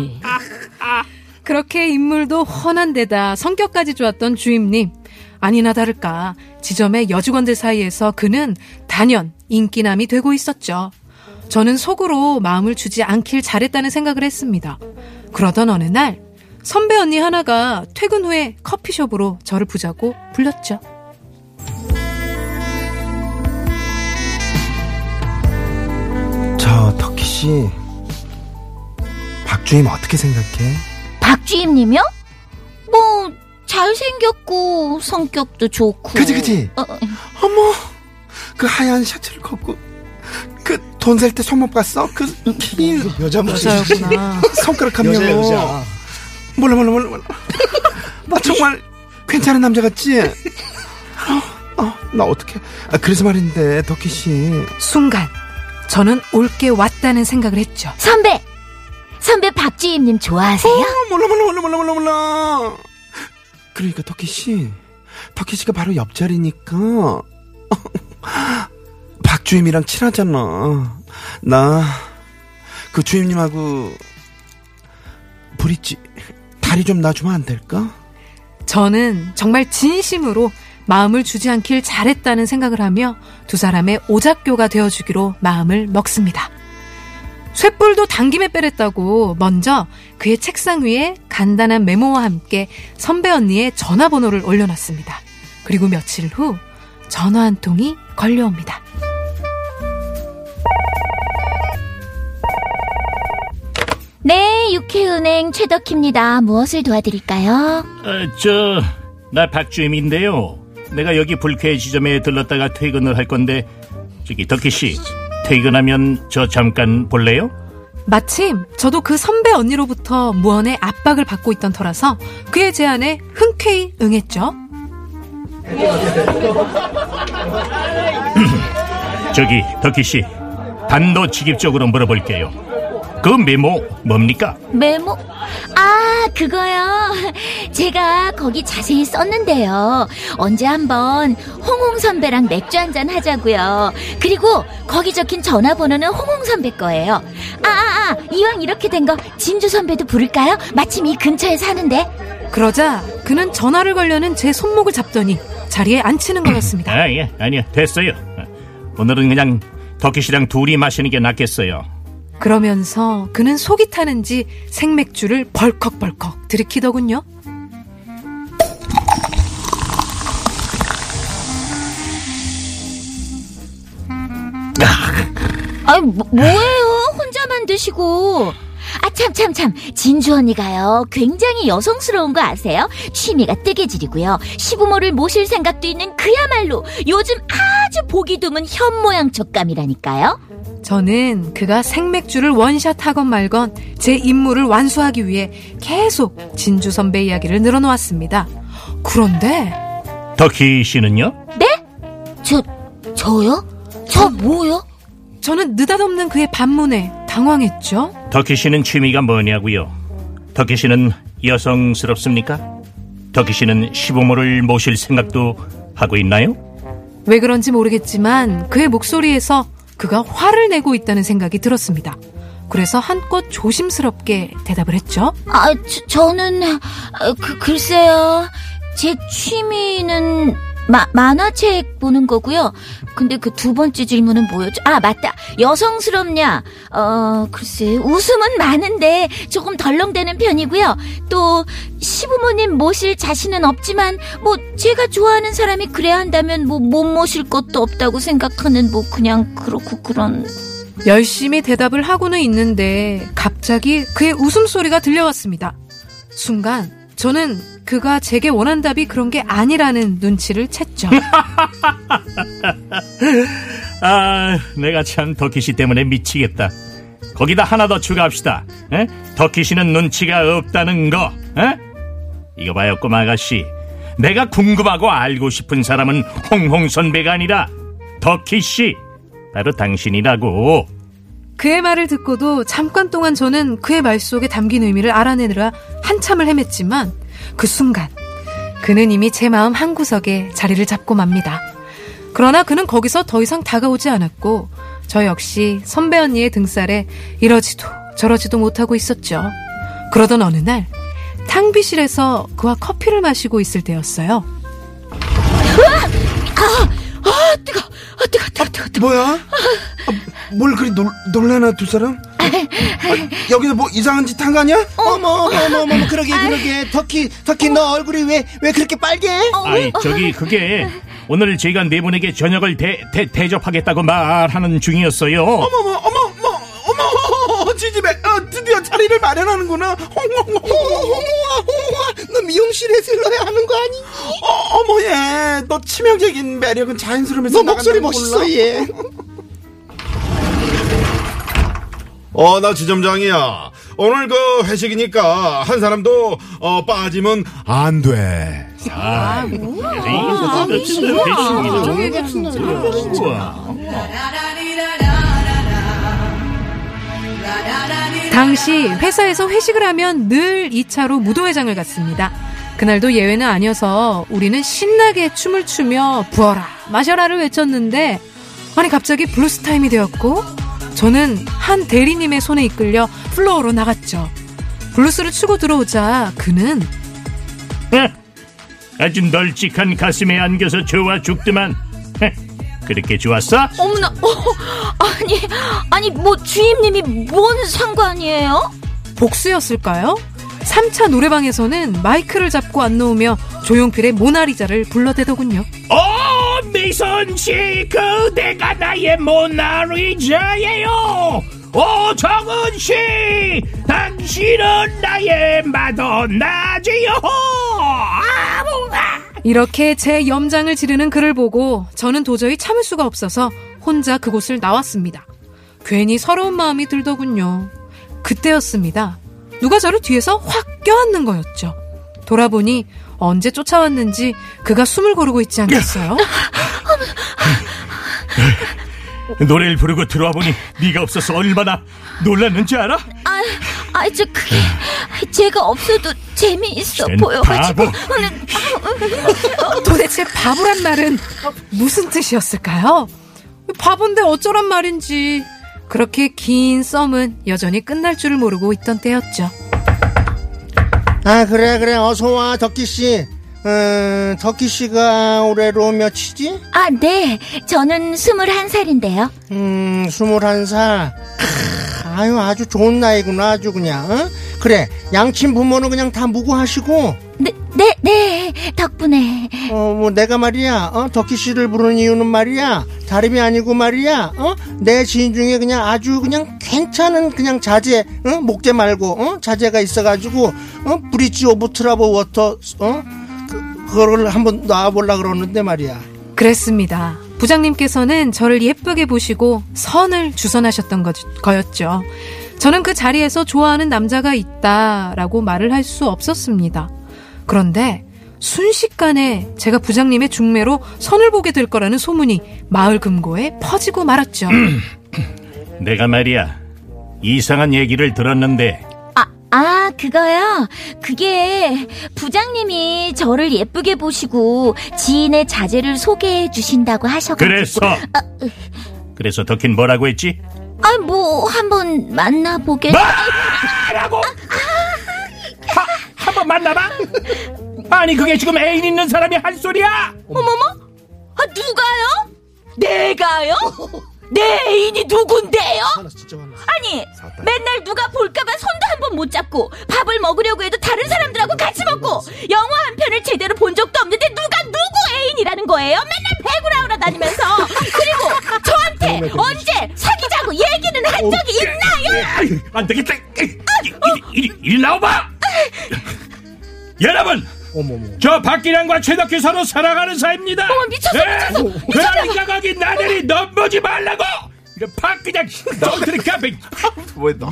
[SPEAKER 5] 그렇게 인물도 훤한 데다 성격까지 좋았던 주임님. 아니나 다를까 지점의 여직원들 사이에서 그는 단연 인기남이 되고 있었죠. 저는 속으로 마음을 주지 않길 잘했다는 생각을 했습니다. 그러던 어느 날 선배 언니 하나가 퇴근 후에 커피숍으로 저를 부자고 불렀죠.
[SPEAKER 8] 저 터키 씨 박주임 어떻게 생각해?
[SPEAKER 4] 박주임님이요? 뭐 잘생겼고 성격도 좋고
[SPEAKER 11] 그지, 그지?
[SPEAKER 4] 어, 어.
[SPEAKER 11] 어머, 그 하얀 셔츠를 걷고 그 돈 셀 때 손목 봤어? 그긴
[SPEAKER 8] 여자
[SPEAKER 5] 여자였구나.
[SPEAKER 11] 손가락 한 명.
[SPEAKER 8] 여자 아, 여자.
[SPEAKER 11] 몰라 몰라 몰라 몰라. 나 정말 괜찮은 남자 같지? 어, 어, 나 어떻게? 아, 그래서 말인데 덕희 씨.
[SPEAKER 5] 순간 저는 올게 왔다는 생각을 했죠.
[SPEAKER 4] 선배 선배 박지임님 좋아하세요?
[SPEAKER 11] 어, 몰라 몰라 몰라 몰라 몰라 몰라. 그러니까 덕희 씨, 덕희 씨가 바로 옆자리니까 어, 박주임이랑 친하잖아. 나 그 주임님하고 브릿지 다리 좀 놔주면 안 될까?
[SPEAKER 5] 저는 정말 진심으로 마음을 주지 않길 잘했다는 생각을 하며 두 사람의 오작교가 되어주기로 마음을 먹습니다. 쇳불도 당김에 빼랬다고 먼저 그의 책상 위에 간단한 메모와 함께 선배 언니의 전화번호를 올려놨습니다. 그리고 며칠 후 전화 한 통이 걸려옵니다.
[SPEAKER 4] 네 육해은행 최덕희입니다 무엇을 도와드릴까요?
[SPEAKER 9] 어, 저, 나 박주임인데요. 내가 여기 불쾌 지점에 들렀다가 퇴근을 할 건데, 저기, 덕희 씨, 퇴근하면 저 잠깐 볼래요?
[SPEAKER 5] 마침 저도 그 선배 언니로부터 무언의 압박을 받고 있던 터라서 그의 제안에 흔쾌히 응했죠.
[SPEAKER 9] 저기, 덕희 씨, 단도직입적으로 물어볼게요. 그 메모 뭡니까?
[SPEAKER 4] 메모? 아, 그거요. 제가 거기 자세히 썼는데요. 언제 한번 홍홍 선배랑 맥주 한잔 하자고요. 그리고 거기 적힌 전화번호는 홍홍 선배 거예요. 아, 아, 아, 이왕 이렇게 된 거 진주 선배도 부를까요? 마침 이 근처에 사는데.
[SPEAKER 5] 그러자 그는 전화를 걸려는 제 손목을 잡더니 자리에 앉히는 거였습니다.
[SPEAKER 9] 아, 예, 아니요, 됐어요. 오늘은 그냥 덕희 씨랑 둘이 마시는 게 낫겠어요.
[SPEAKER 5] 그러면서 그는 속이 타는지 생맥주를 벌컥벌컥 들이키더군요.
[SPEAKER 4] 아이, 뭐, 뭐예요? 혼자만 드시고. 아, 참, 참, 참. 진주 언니가요. 굉장히 여성스러운 거 아세요? 취미가 뜨개질이고요. 시부모를 모실 생각도 있는 그야말로 요즘 아주 보기 드문 현모양 촉감이라니까요.
[SPEAKER 5] 저는 그가 생맥주를 원샷하건 말건 제 임무를 완수하기 위해 계속 진주 선배 이야기를 늘어놓았습니다. 그런데
[SPEAKER 9] 덕희 씨는요?
[SPEAKER 4] 저, 저요? 저 뭐요?
[SPEAKER 5] 저는 느닷없는 그의 반문에 당황했죠.
[SPEAKER 9] 덕희 씨는 취미가 뭐냐고요? 덕희 씨는 여성스럽습니까? 덕희 씨는 시부모를 모실 생각도 하고 있나요?
[SPEAKER 5] 왜 그런지 모르겠지만 그의 목소리에서 그가 화를 내고 있다는 생각이 들었습니다. 그래서 한껏 조심스럽게 대답을 했죠.
[SPEAKER 4] 아, 저, 저는, 어, 그, 글쎄요. 제 취미는, 마, 만화책 보는 거고요. 근데 그 두 번째 질문은 뭐였죠? 아, 맞다. 여성스럽냐? 어, 글쎄, 웃음은 많은데 조금 덜렁대는 편이고요. 또, 시부모님 모실 자신은 없지만, 뭐, 제가 좋아하는 사람이 그래야 한다면, 뭐, 못 모실 것도 없다고 생각하는, 뭐, 그냥, 그렇고, 그런.
[SPEAKER 5] 열심히 대답을 하고는 있는데 갑자기 그의 웃음소리가 들려왔습니다. 순간 저는 그가 제게 원한 답이 그런 게 아니라는 눈치를 챘죠.
[SPEAKER 9] 아, 내가 참 덕희 씨 때문에 미치겠다. 거기다 하나 더 추가합시다. 에? 덕희 씨는 눈치가 없다는 거. 에? 이거 봐요, 꼬마 아가씨. 내가 궁금하고 알고 싶은 사람은 홍홍 선배가 아니라 덕희 씨. 바로 당신이라고.
[SPEAKER 5] 그의 말을 듣고도 잠깐 동안 저는 그의 말 속에 담긴 의미를 알아내느라 한참을 헤맸지만 그 순간 그는 이미 제 마음 한구석에 자리를 잡고 맙니다. 그러나 그는 거기서 더 이상 다가오지 않았고 저 역시 선배 언니의 등살에 이러지도 저러지도 못하고 있었죠. 그러던 어느 날 탕비실에서 그와 커피를 마시고 있을 때였어요.
[SPEAKER 4] 아, 뜨거! 아, 뜨거, 뜨거, 뜨거, 뜨거.
[SPEAKER 11] 뭐야? 아, 뭘 그리 놀, 놀라나 두 사람? 아, 여기서 뭐 이상한 짓 한 거 아니야?
[SPEAKER 8] 어머 어머 어머 그러게 그러게 터키 터키 너 얼굴이 왜 왜 그렇게 빨개?
[SPEAKER 9] 아이, 저기, 그게 오늘 저희가 네 분에게 저녁을 대, 대, 대접하겠다고 말하는 중이었어요.
[SPEAKER 11] 어머 어머 어머 어머 어머 지지배 어, 드디어 참 자리를 마련하는구나. 홍홍홍.
[SPEAKER 12] 홍홍아, 너 미용실에 들러야 하는 거 아니니?
[SPEAKER 11] 어, 어머 얘, 너 치명적인 매력은 자연스러우면서
[SPEAKER 12] 너
[SPEAKER 11] 나간다는
[SPEAKER 12] 목소리 멋있어,
[SPEAKER 11] 몰라?
[SPEAKER 12] 얘.
[SPEAKER 3] 어, 나 지점장이야. 오늘 그 회식이니까 한 사람도 어, 빠지면 안 돼.
[SPEAKER 6] 아,
[SPEAKER 3] 아,
[SPEAKER 8] 아,
[SPEAKER 5] 당시 회사에서 회식을 하면 늘 2차로 무도회장을 갔습니다. 그날도 예외는 아니어서 우리는 신나게 춤을 추며 부어라, 마셔라를 외쳤는데 아니 갑자기 블루스 타임이 되었고 저는 한 대리님의 손에 이끌려 플로어로 나갔죠. 블루스를 추고 들어오자 그는
[SPEAKER 9] 예? 아주 널찍한 가슴에 안겨서 좋아 죽더만. 헤, 그렇게 좋았어?
[SPEAKER 4] 어머나, 어, 아니, 아니, 뭐, 주임님이 뭔 상관이에요?
[SPEAKER 5] 복수였을까요? 3차 노래방에서는 마이크를 잡고 안 놓으며 조용필의 모나리자를 불러대더군요.
[SPEAKER 9] 오, 어, 미선 씨, 그대가 나의 모나리자예요. 오, 정은 씨, 당신은 나의 마돈나지요. 아무가.
[SPEAKER 5] 이렇게 제 염장을 지르는 그를 보고 저는 도저히 참을 수가 없어서 혼자 그곳을 나왔습니다. 괜히 서러운 마음이 들더군요. 그때였습니다. 누가 저를 뒤에서 확 껴안는 거였죠. 돌아보니 언제 쫓아왔는지 그가 숨을 고르고 있지 않겠어요?
[SPEAKER 9] 노래를 부르고 들어와 보니 네가 없어서 얼마나 놀랐는지 알아?
[SPEAKER 4] 아, 아, 저, 그게, 제가 없어도 재미있어
[SPEAKER 9] 쟨
[SPEAKER 4] 보여가지고.
[SPEAKER 9] 바보.
[SPEAKER 4] 오늘,
[SPEAKER 5] 도대체 바보란 말은 무슨 뜻이었을까요? 바본데 어쩌란 말인지. 그렇게 긴 썸은 여전히 끝날 줄을 모르고 있던 때였죠.
[SPEAKER 12] 아 그래 그래 어서 와 덕기 씨.
[SPEAKER 8] 어,
[SPEAKER 12] 음 덕기 씨가 올해로 몇이지?
[SPEAKER 4] 아, 네. 저는 21살인데요.
[SPEAKER 12] 음 스물한 살. 크, 아유 아주 좋은 나이구나 아주 그냥. 어? 그래 양친 부모는 그냥 다 무고하시고.
[SPEAKER 4] 네, 네, 네. 덕분에.
[SPEAKER 12] 어 뭐 내가 말이야 어 덕기 씨를 부른 이유는 말이야 다름이 아니고 말이야 어내 지인 중에 그냥 아주 그냥 괜찮은 그냥 자제 어 목재 말고 어 자제가 있어가지고 어 브릿지 오브 트러블 워터 어 그, 그거를 한번 놔보려 그러는데 말이야
[SPEAKER 5] 그랬습니다. 부장님께서는 저를 예쁘게 보시고 선을 주선하셨던 거, 거였죠. 저는 그 자리에서 좋아하는 남자가 있다라고 말을 할 수 없었습니다. 그런데 순식간에 제가 부장님의 중매로 선을 보게 될 거라는 소문이 마을 금고에 퍼지고 말았죠.
[SPEAKER 9] 내가 말이야 이상한 얘기를 들었는데
[SPEAKER 4] 아, 아, 그거요? 그게 부장님이 저를 예쁘게 보시고 지인의 자제를 소개해 주신다고 하셔가지고.
[SPEAKER 9] 그래서 그래서 덕킨 뭐라고 했지?
[SPEAKER 4] 아, 뭐, 한번 만나보게.
[SPEAKER 9] 뭐? 뭐라고? 하, 한번 만나봐. 아니 그게 지금 애인 있는 사람이 한 소리야?
[SPEAKER 4] 어머머? 아, 누가요? 내가요? 내 애인이 누군데요? 아니, 맨날 누가 볼까봐 손도 한 번 못 잡고 밥을 먹으려고 해도 다른 사람들하고 같이 먹고 영화 한 편을 제대로 본 적도 없는데 누가 누구 애인이라는 거예요? 맨날 배구라우라 다니면서 그리고 저한테 언제 사귀자고 얘기는 한 적이 있나요?
[SPEAKER 9] 아유, 안 되겠다. 이리, 이리, 이리 나와봐. 여러분, 저 박기량과 최덕희 서로 사랑하는 사이입니다. 네.
[SPEAKER 4] 어머, 미쳤어, 미쳤어, 미쳤어.
[SPEAKER 9] 그러니까 거기 나들이 넘보지 말라고. 이거 박기량 정트리카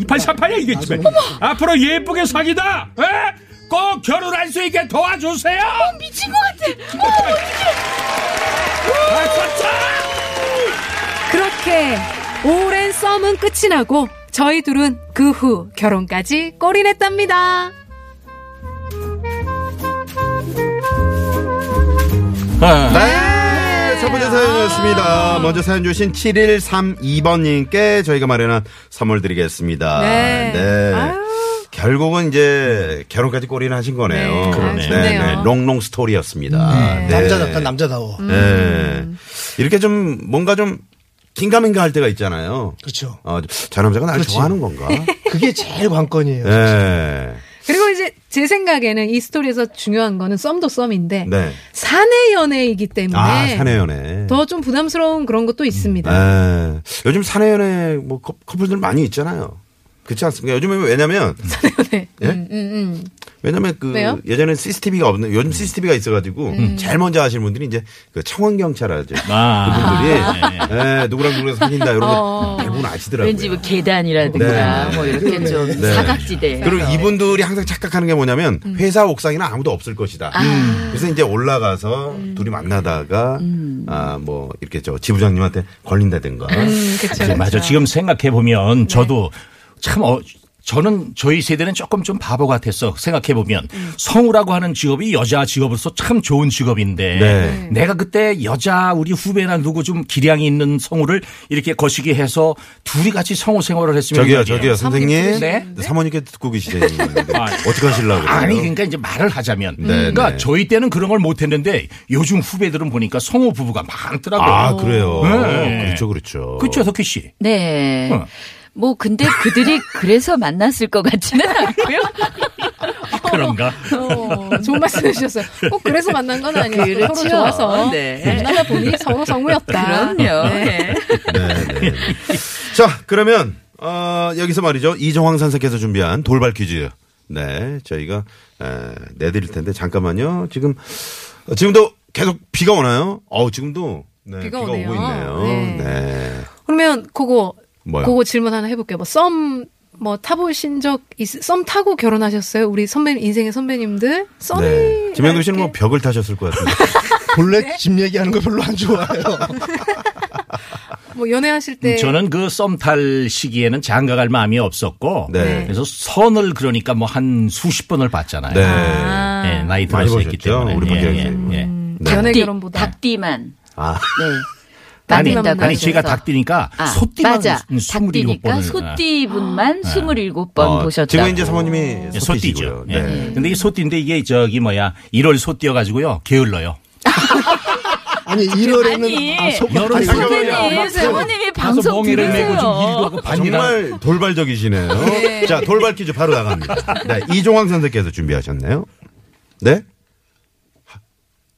[SPEAKER 9] 이팔사팔이야 이게 지금. 앞으로 예쁘게 사귀다. 에? 꼭 결혼할 수 있게 도와주세요.
[SPEAKER 4] 어, 미친 것 같아. 어,
[SPEAKER 9] 박수 쳐!
[SPEAKER 5] 그렇게 오랜 썸은 끝이 나고 저희 둘은 그 후 결혼까지 꼬리냈답니다.
[SPEAKER 3] 네, 첫
[SPEAKER 5] 아.
[SPEAKER 3] 번째 사연이었습니다. 먼저 사연 주신 7132번님께 저희가 마련한 선물 드리겠습니다.
[SPEAKER 5] 네.
[SPEAKER 3] 결국은 이제 결혼까지 꼬리는 하신 거네요.
[SPEAKER 5] 네, 그러네요. 좋네요.
[SPEAKER 3] 롱롱 스토리였습니다. 네.
[SPEAKER 12] 남자답다 남자다워
[SPEAKER 3] 네. 이렇게 좀 뭔가 좀 긴가민가 할 때가 있잖아요.
[SPEAKER 12] 그렇죠
[SPEAKER 3] 어, 저 남자가 나를
[SPEAKER 12] 그렇지.
[SPEAKER 3] 좋아하는 건가?
[SPEAKER 12] 그게 제일 관건이에요
[SPEAKER 3] 네.
[SPEAKER 5] 그리고 이제 제 생각에는 이 스토리에서 중요한 거는 썸도 썸인데
[SPEAKER 3] 네.
[SPEAKER 5] 사내 연애이기 때문에
[SPEAKER 3] 아,
[SPEAKER 7] 네.
[SPEAKER 3] 사내연애. 음,
[SPEAKER 5] 더 좀 부담스러운 그런 것도 있습니다.
[SPEAKER 3] 네. 요즘 사내연애 뭐 커- 커플들 많이 있잖아요. 그렇지 않습니까? 요즘에 왜냐면 예?
[SPEAKER 5] 음, 음.
[SPEAKER 3] 왜냐면 그
[SPEAKER 5] 왜요?
[SPEAKER 3] 예전에 CCTV가 없는 요즘 CCTV가 있어가지고
[SPEAKER 7] 네. 음.
[SPEAKER 3] 제일 먼저 하시는 분들이 이제 그 청원 경찰 아저 그분들이 예, 누구랑 누구랑 사귄다 이런 거
[SPEAKER 7] 어.
[SPEAKER 3] 대부분 아시더라고요.
[SPEAKER 7] 왠지 뭐 계단이라든가
[SPEAKER 3] 네.
[SPEAKER 7] 뭐 이렇게 좀
[SPEAKER 3] 네.
[SPEAKER 7] 사각지대.
[SPEAKER 3] 그리고 이분들이 항상 착각하는 게 뭐냐면
[SPEAKER 7] 음.
[SPEAKER 3] 회사 옥상에는 아무도 없을 것이다. 음. 그래서 이제 올라가서
[SPEAKER 7] 음.
[SPEAKER 3] 둘이 만나다가 아 뭐 이렇게 저 지부장님한테 걸린다든가.
[SPEAKER 7] 음.
[SPEAKER 5] 음,
[SPEAKER 9] 네, 맞아. 지금 생각해 보면 저도 참 어, 저는 저희 세대는 조금 좀 바보 같았어. 생각해 보면 성우라고 하는 직업이 여자 직업으로서 참 좋은 직업인데
[SPEAKER 3] 네.
[SPEAKER 9] 내가 그때 여자 우리 후배나 누구 좀 기량이 있는 성우를 이렇게 거시기 해서 둘이 같이 성우 생활을 했으면
[SPEAKER 3] 저기요, 저기요,
[SPEAKER 9] 좋겠네요.
[SPEAKER 3] 선생님.
[SPEAKER 9] 네.
[SPEAKER 3] 사모님께 듣고 계시잖아요. 어떻게 하시려고 그래요?
[SPEAKER 9] 아니 그러니까 이제 말을 하자면
[SPEAKER 3] 네,
[SPEAKER 9] 그러니까
[SPEAKER 3] 네.
[SPEAKER 9] 저희 때는 그런 걸 못했는데 요즘 후배들은 보니까 성우 부부가 많더라고요.
[SPEAKER 3] 아, 그래요.
[SPEAKER 9] 네.
[SPEAKER 3] 그렇죠, 그렇죠.
[SPEAKER 9] 그렇죠, 석희 씨.
[SPEAKER 7] 네.
[SPEAKER 9] 어.
[SPEAKER 7] 뭐 근데 그들이 그래서 만났을 것 같지는 않고요.
[SPEAKER 9] 그런가?
[SPEAKER 5] 어, 좋은 말씀 해주셨어요. 꼭 그래서 만난 건 아니에요.
[SPEAKER 7] 그렇죠.
[SPEAKER 5] 서로 좋아서
[SPEAKER 7] 네.
[SPEAKER 5] 만나다 보니 서로 성우였다.
[SPEAKER 7] 그럼요.
[SPEAKER 5] 어? 네.
[SPEAKER 3] 자, 그러면 어, 여기서 말이죠. 이정황 선생께서 준비한 돌발 퀴즈. 네, 저희가 에, 내드릴 텐데 잠깐만요. 지금 어, 지금도 계속 비가 오나요? 어우, 지금도 네,
[SPEAKER 5] 비가
[SPEAKER 3] 비가, 오고
[SPEAKER 5] 오네요.
[SPEAKER 3] 있네요.
[SPEAKER 5] 네.
[SPEAKER 3] 네.
[SPEAKER 5] 그러면 그거
[SPEAKER 3] 뭐요?
[SPEAKER 5] 그거 질문 하나 해볼게요. 뭐썸 뭐 타보신 적, 있- 썸 타고 결혼하셨어요? 우리 선배님, 인생의 선배님들? 썸.
[SPEAKER 3] 네. 지명도 씨는 뭐 벽을 타셨을 것 같은데.
[SPEAKER 8] 본래 집 얘기하는 거 별로 안 좋아해요.
[SPEAKER 5] 뭐 연애하실
[SPEAKER 3] 네. 음,
[SPEAKER 5] 때.
[SPEAKER 9] 저는 그 썸 탈 시기에는 장가갈 마음이 없었고
[SPEAKER 3] 네.
[SPEAKER 9] 그래서 선을 그러니까 뭐 한 수십 번을 봤잖아요.
[SPEAKER 3] 네.
[SPEAKER 9] 예,
[SPEAKER 3] 많이
[SPEAKER 9] 나이 들어서 했기
[SPEAKER 3] 보셨죠?
[SPEAKER 9] 때문에
[SPEAKER 3] 우리
[SPEAKER 9] 예,
[SPEAKER 3] 박경희
[SPEAKER 9] 예,
[SPEAKER 3] 선생님.
[SPEAKER 9] 예.
[SPEAKER 7] 음.
[SPEAKER 5] 연애
[SPEAKER 7] 닭띠,
[SPEAKER 5] 결혼보다.
[SPEAKER 7] 닭띠만.
[SPEAKER 3] 아.
[SPEAKER 7] 네.
[SPEAKER 9] 아니,
[SPEAKER 7] 만든다고
[SPEAKER 9] 아니 제가
[SPEAKER 7] 하셔서.
[SPEAKER 9] 닭띠니까
[SPEAKER 7] 아,
[SPEAKER 9] 소띠만 음,
[SPEAKER 7] 맞아.
[SPEAKER 9] 27번을
[SPEAKER 7] 닭띠니까 소띠분만 27번
[SPEAKER 9] 어,
[SPEAKER 7] 보셨다.
[SPEAKER 3] 지금 아, 이제 사모님이
[SPEAKER 9] 소띠죠.
[SPEAKER 3] 소띠시고요.
[SPEAKER 9] 예.
[SPEAKER 3] 네.
[SPEAKER 9] 근데 이 소띠인데 이게 저기 뭐야 1월 소띠여 가지고요 게을러요.
[SPEAKER 8] 아니 1월에는
[SPEAKER 7] 아니,
[SPEAKER 8] 아, 속
[SPEAKER 9] 여름에
[SPEAKER 8] 아니,
[SPEAKER 7] 선생님, 사모님이
[SPEAKER 9] 가서
[SPEAKER 7] 방송
[SPEAKER 9] 멍에를 메고 좀 일도
[SPEAKER 7] 들으세요.
[SPEAKER 9] 하고 반이나
[SPEAKER 3] 정말 돌발적이시네요. 자, 돌발 퀴즈 바로 나갑니다. 네, 이종황 선생께서 준비하셨네요. 네?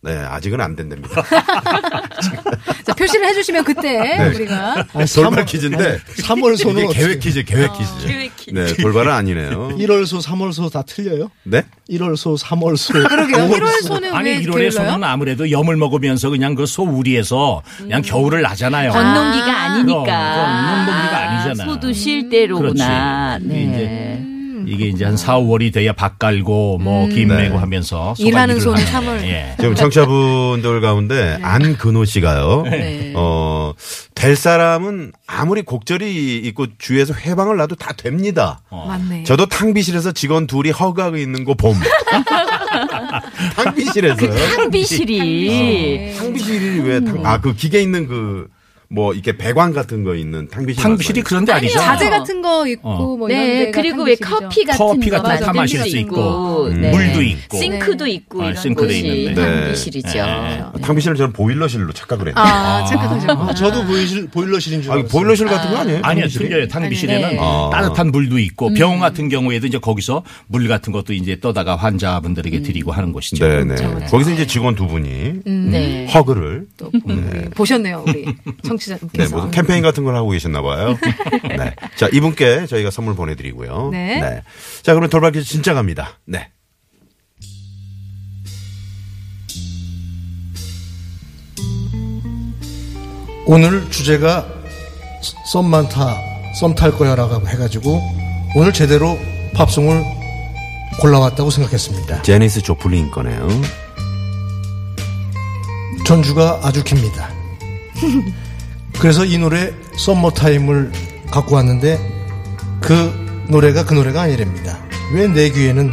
[SPEAKER 3] 네, 아직은 안 된답니다.
[SPEAKER 5] 자, 표시를 해주시면 그때
[SPEAKER 3] 네.
[SPEAKER 5] 우리가.
[SPEAKER 8] 아니,
[SPEAKER 3] 돌발
[SPEAKER 8] 삼월-
[SPEAKER 3] 퀴즈인데.
[SPEAKER 8] 아니, 삼월 소는
[SPEAKER 3] 이게
[SPEAKER 8] 어떻게-
[SPEAKER 3] 계획 퀴즈, 계획 퀴즈.
[SPEAKER 7] 계획 퀴즈.
[SPEAKER 3] 네, 돌발은 아니네요.
[SPEAKER 8] 1월 소, 3월 소 다 틀려요?
[SPEAKER 3] 네?
[SPEAKER 8] 1월 소, 3월 소.
[SPEAKER 5] 그러게요.
[SPEAKER 8] 5월
[SPEAKER 5] 1월 소는
[SPEAKER 9] 아니
[SPEAKER 5] 왜 게을러요?
[SPEAKER 9] 1월에 소는 아무래도 염을 먹으면서 그냥 그 소 우리에서 그냥 겨울을 나잖아요.
[SPEAKER 7] 건농기가 아니니까.
[SPEAKER 9] 그럼, 그럼 건농기가 아니잖아.
[SPEAKER 7] 소도 쉴 때로구나.
[SPEAKER 9] 그렇지.
[SPEAKER 7] 네.
[SPEAKER 9] 이제 이게 이제 한 4, 5월이 돼야 밥 갈고 뭐 김
[SPEAKER 3] 네.
[SPEAKER 9] 메고 하면서 소가
[SPEAKER 5] 일하는
[SPEAKER 9] 일을
[SPEAKER 5] 소는
[SPEAKER 9] 하네.
[SPEAKER 5] 참을.
[SPEAKER 9] 예.
[SPEAKER 3] 지금 청취자분들 가운데 안근호 씨가요. 어, 될 사람은 아무리 곡절이 있고 주위에서 해방을 놔도 다 됩니다.
[SPEAKER 5] 어. 맞네.
[SPEAKER 3] 저도 탕비실에서 직원 둘이 허가하고 있는 거 봄. 탕비실에서요?
[SPEAKER 7] 탕비실이.
[SPEAKER 3] 탕비실이 왜 탕, 아, 그 기계 있는 그, 뭐, 이렇게 배관 같은 거 있는 탕비실.
[SPEAKER 9] 탕비실이
[SPEAKER 3] 말씀하시죠?
[SPEAKER 9] 그런데 아니죠.
[SPEAKER 5] 자재 같은 거 있고
[SPEAKER 9] 어.
[SPEAKER 5] 뭐 이런
[SPEAKER 7] 네,
[SPEAKER 5] 데가
[SPEAKER 7] 그리고 왜
[SPEAKER 5] 탕비실이죠.
[SPEAKER 7] 커피 같은
[SPEAKER 9] 커피 같은
[SPEAKER 7] 거 네.
[SPEAKER 9] 거 마실 수 있고, 물도 있고.
[SPEAKER 7] 싱크도 있고
[SPEAKER 9] 아,
[SPEAKER 7] 이런
[SPEAKER 9] 싱크도
[SPEAKER 7] 곳이
[SPEAKER 9] 있는데.
[SPEAKER 7] 탕비실이죠.
[SPEAKER 9] 네.
[SPEAKER 3] 탕비실을 저는 보일러실로 착각을 했네요. 아,
[SPEAKER 5] 아, 착각하셨구나.
[SPEAKER 8] 아, 저도 보이실, 보일러실인 줄 알았어요.
[SPEAKER 3] 보일러실 같은 거 아니에요?
[SPEAKER 9] 아니요,
[SPEAKER 3] 탕비실이?
[SPEAKER 9] 틀려요. 탕비실에는
[SPEAKER 7] 네.
[SPEAKER 3] 아.
[SPEAKER 9] 따뜻한 물도 있고 병 같은 경우에도 이제 거기서 물 같은 것도 이제 떠다가 환자분들에게 드리고 하는 곳이죠.
[SPEAKER 3] 네네. 거기서 이제 직원 두 분이 음,
[SPEAKER 7] 네.
[SPEAKER 3] 허그를
[SPEAKER 5] 또 우리 보셨네요, 우리
[SPEAKER 3] 네,
[SPEAKER 5] 청취자님께서.
[SPEAKER 3] 무슨 캠페인 같은 걸 하고 계셨나 봐요. 네. 자, 이분께 저희가 선물 보내드리고요.
[SPEAKER 5] 네.
[SPEAKER 3] 자, 그럼 돌발 퀴즈 진짜 갑니다. 네.
[SPEAKER 8] 오늘 주제가 썸 많다, 썸 탈 거야라고 해가지고 오늘 제대로 팝송을 골라왔다고 생각했습니다.
[SPEAKER 3] 제니스 조플린 거네요.
[SPEAKER 8] 전주가 아주 깁니다. 그래서 이 노래 썸머 타임을 갖고 왔는데 그 노래가 그 노래가 아니랍니다. 왜 내 귀에는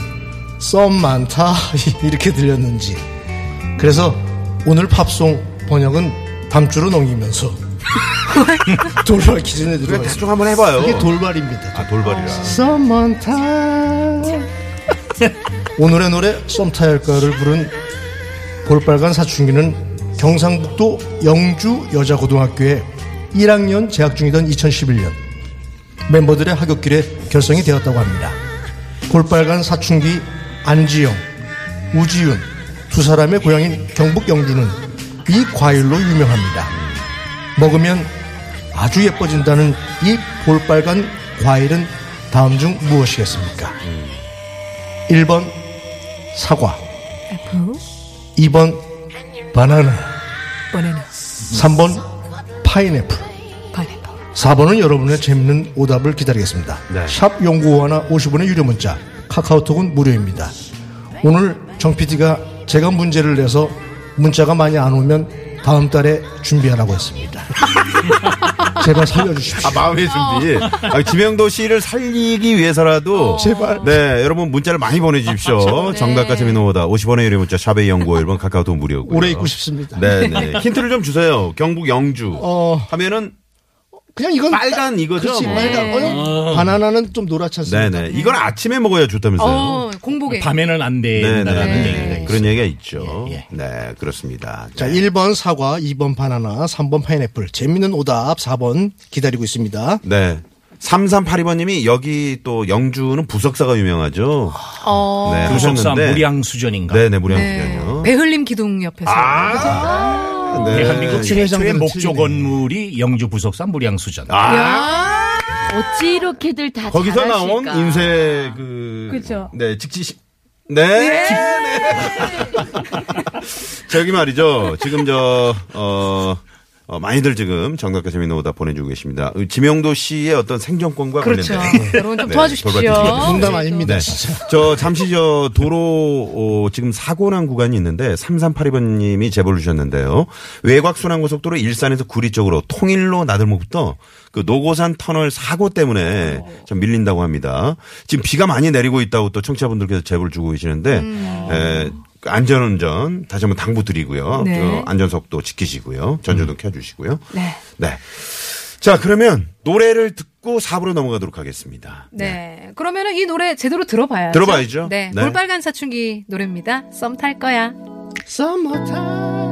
[SPEAKER 8] 썸 많다 이렇게 들렸는지. 그래서 오늘 팝송 번역은 다음 주로 넘기면서 돌발 기준에
[SPEAKER 3] 우리가
[SPEAKER 8] 들어가겠습니다.
[SPEAKER 3] 네, 대충 한번 해봐요.
[SPEAKER 8] 이게 돌발입니다.
[SPEAKER 3] 아, 돌발이라.
[SPEAKER 8] Someone time. 오늘의 노래 썸타일까를 부른 볼빨간 사춘기는 경상북도 영주 여자고등학교에 1학년 재학 중이던 2011년 멤버들의 하굣길에 결성이 되었다고 합니다. 볼빨간 사춘기 안지영, 우지윤 두 사람의 고향인 경북 영주는 이 과일로 유명합니다. 먹으면 아주 예뻐진다는 이 볼빨간 과일은 다음 중 무엇이겠습니까? 1번 사과,
[SPEAKER 5] F
[SPEAKER 8] 2번 바나나,
[SPEAKER 5] 바나나
[SPEAKER 8] 3번 파인애플,
[SPEAKER 5] 파인애플
[SPEAKER 8] 4번은 여러분의 재밌는 오답을 기다리겠습니다.
[SPEAKER 3] 네.
[SPEAKER 8] 샵 연구원화 50원의 유료 문자, 카카오톡은 무료입니다. 오늘 정 PD가 제가 문제를 내서 문자가 많이 안 오면 다음 달에 준비하라고 했습니다. 제발 살려주십시오.
[SPEAKER 3] 아, 마음의 준비. 아, 지명도 씨를 살리기 위해서라도. 제발. 네, 여러분 문자를 많이 보내주십시오. 정답과 재미는 오다. 50원의 유료 문자, 샵의 연구 1번 카카오톡 무료고.
[SPEAKER 8] 오래 있고 싶습니다.
[SPEAKER 3] 네, 네. 힌트를 좀 주세요. 경북 영주.
[SPEAKER 8] 어.
[SPEAKER 3] 하면은
[SPEAKER 8] 그냥 이건
[SPEAKER 3] 빨간 이거죠?
[SPEAKER 8] 그렇지,
[SPEAKER 3] 뭐.
[SPEAKER 8] 빨간. 어,
[SPEAKER 3] 아.
[SPEAKER 8] 바나나는 좀 노랗지 않습니까?
[SPEAKER 3] 네, 네. 이건 아침에 먹어야 좋다면서요.
[SPEAKER 5] 어 공복에
[SPEAKER 6] 밤에는 안
[SPEAKER 3] 네, 네,
[SPEAKER 6] 된다는
[SPEAKER 3] 네.
[SPEAKER 6] 얘기가
[SPEAKER 3] 그런 얘기가 있죠. 네, 그렇습니다.
[SPEAKER 8] 예, 자, 1번 사과, 2번 바나나, 3번 파인애플. 재밌는 오답 4번 기다리고 있습니다.
[SPEAKER 3] 네. 3382번님이 여기 또 영주는 부석사가 유명하죠.
[SPEAKER 5] 어.
[SPEAKER 3] 네,
[SPEAKER 6] 부석사
[SPEAKER 3] 하셨는데.
[SPEAKER 6] 무량수전인가?
[SPEAKER 3] 네네, 무량수전이요.
[SPEAKER 5] 네. 배흘림 기둥 옆에서
[SPEAKER 3] 네.
[SPEAKER 6] 대한민국
[SPEAKER 3] 최
[SPEAKER 6] 최초의
[SPEAKER 3] 회장들은
[SPEAKER 6] 목조 건물이 영주 부석산 무량수전.
[SPEAKER 3] 아,
[SPEAKER 5] 아,
[SPEAKER 7] 어찌 이렇게들 다
[SPEAKER 3] 거기서
[SPEAKER 7] 잘하실까?
[SPEAKER 3] 나온 인쇄 그.
[SPEAKER 7] 그쵸.
[SPEAKER 3] 네, 직지시. 네.
[SPEAKER 5] 예!
[SPEAKER 3] 직- 저기 말이죠. 지금 저, 어, 어, 많이들 지금 정답과 재미있는 오답 보내주고 계십니다. 어, 지명도 씨의 어떤 생존권과
[SPEAKER 5] 그렇죠.
[SPEAKER 3] 관련된.
[SPEAKER 5] 여러분 좀
[SPEAKER 3] 네,
[SPEAKER 5] 도와주십시오.
[SPEAKER 3] 돌봐주시기
[SPEAKER 8] 농담
[SPEAKER 3] 바랍니다.
[SPEAKER 8] 아닙니다,
[SPEAKER 3] 네.
[SPEAKER 8] 진짜.
[SPEAKER 3] 저 잠시 저 도로 어, 지금 사고 난 구간이 있는데 3382번님이 제보를 주셨는데요. 외곽순환고속도로 일산에서 구리 쪽으로 통일로 나들목부터 그 노고산 터널 사고 때문에 참 밀린다고 합니다. 지금 비가 많이 내리고 있다고 또 청취자분들께서 제보를 주고 계시는데
[SPEAKER 5] 음.
[SPEAKER 3] 에, 안전운전 다시 한번 당부드리고요.
[SPEAKER 5] 네.
[SPEAKER 3] 그 안전속도 지키시고요. 전조등 켜주시고요.
[SPEAKER 5] 네.
[SPEAKER 3] 네. 자 그러면 노래를 듣고 4부로 넘어가도록 하겠습니다.
[SPEAKER 5] 네. 그러면은 이 노래 제대로 들어봐야죠.
[SPEAKER 3] 들어봐야죠.
[SPEAKER 5] 네.
[SPEAKER 3] 네.
[SPEAKER 5] 볼빨간 사춘기 노래입니다. 썸 탈 거야.
[SPEAKER 8] 썸 탈.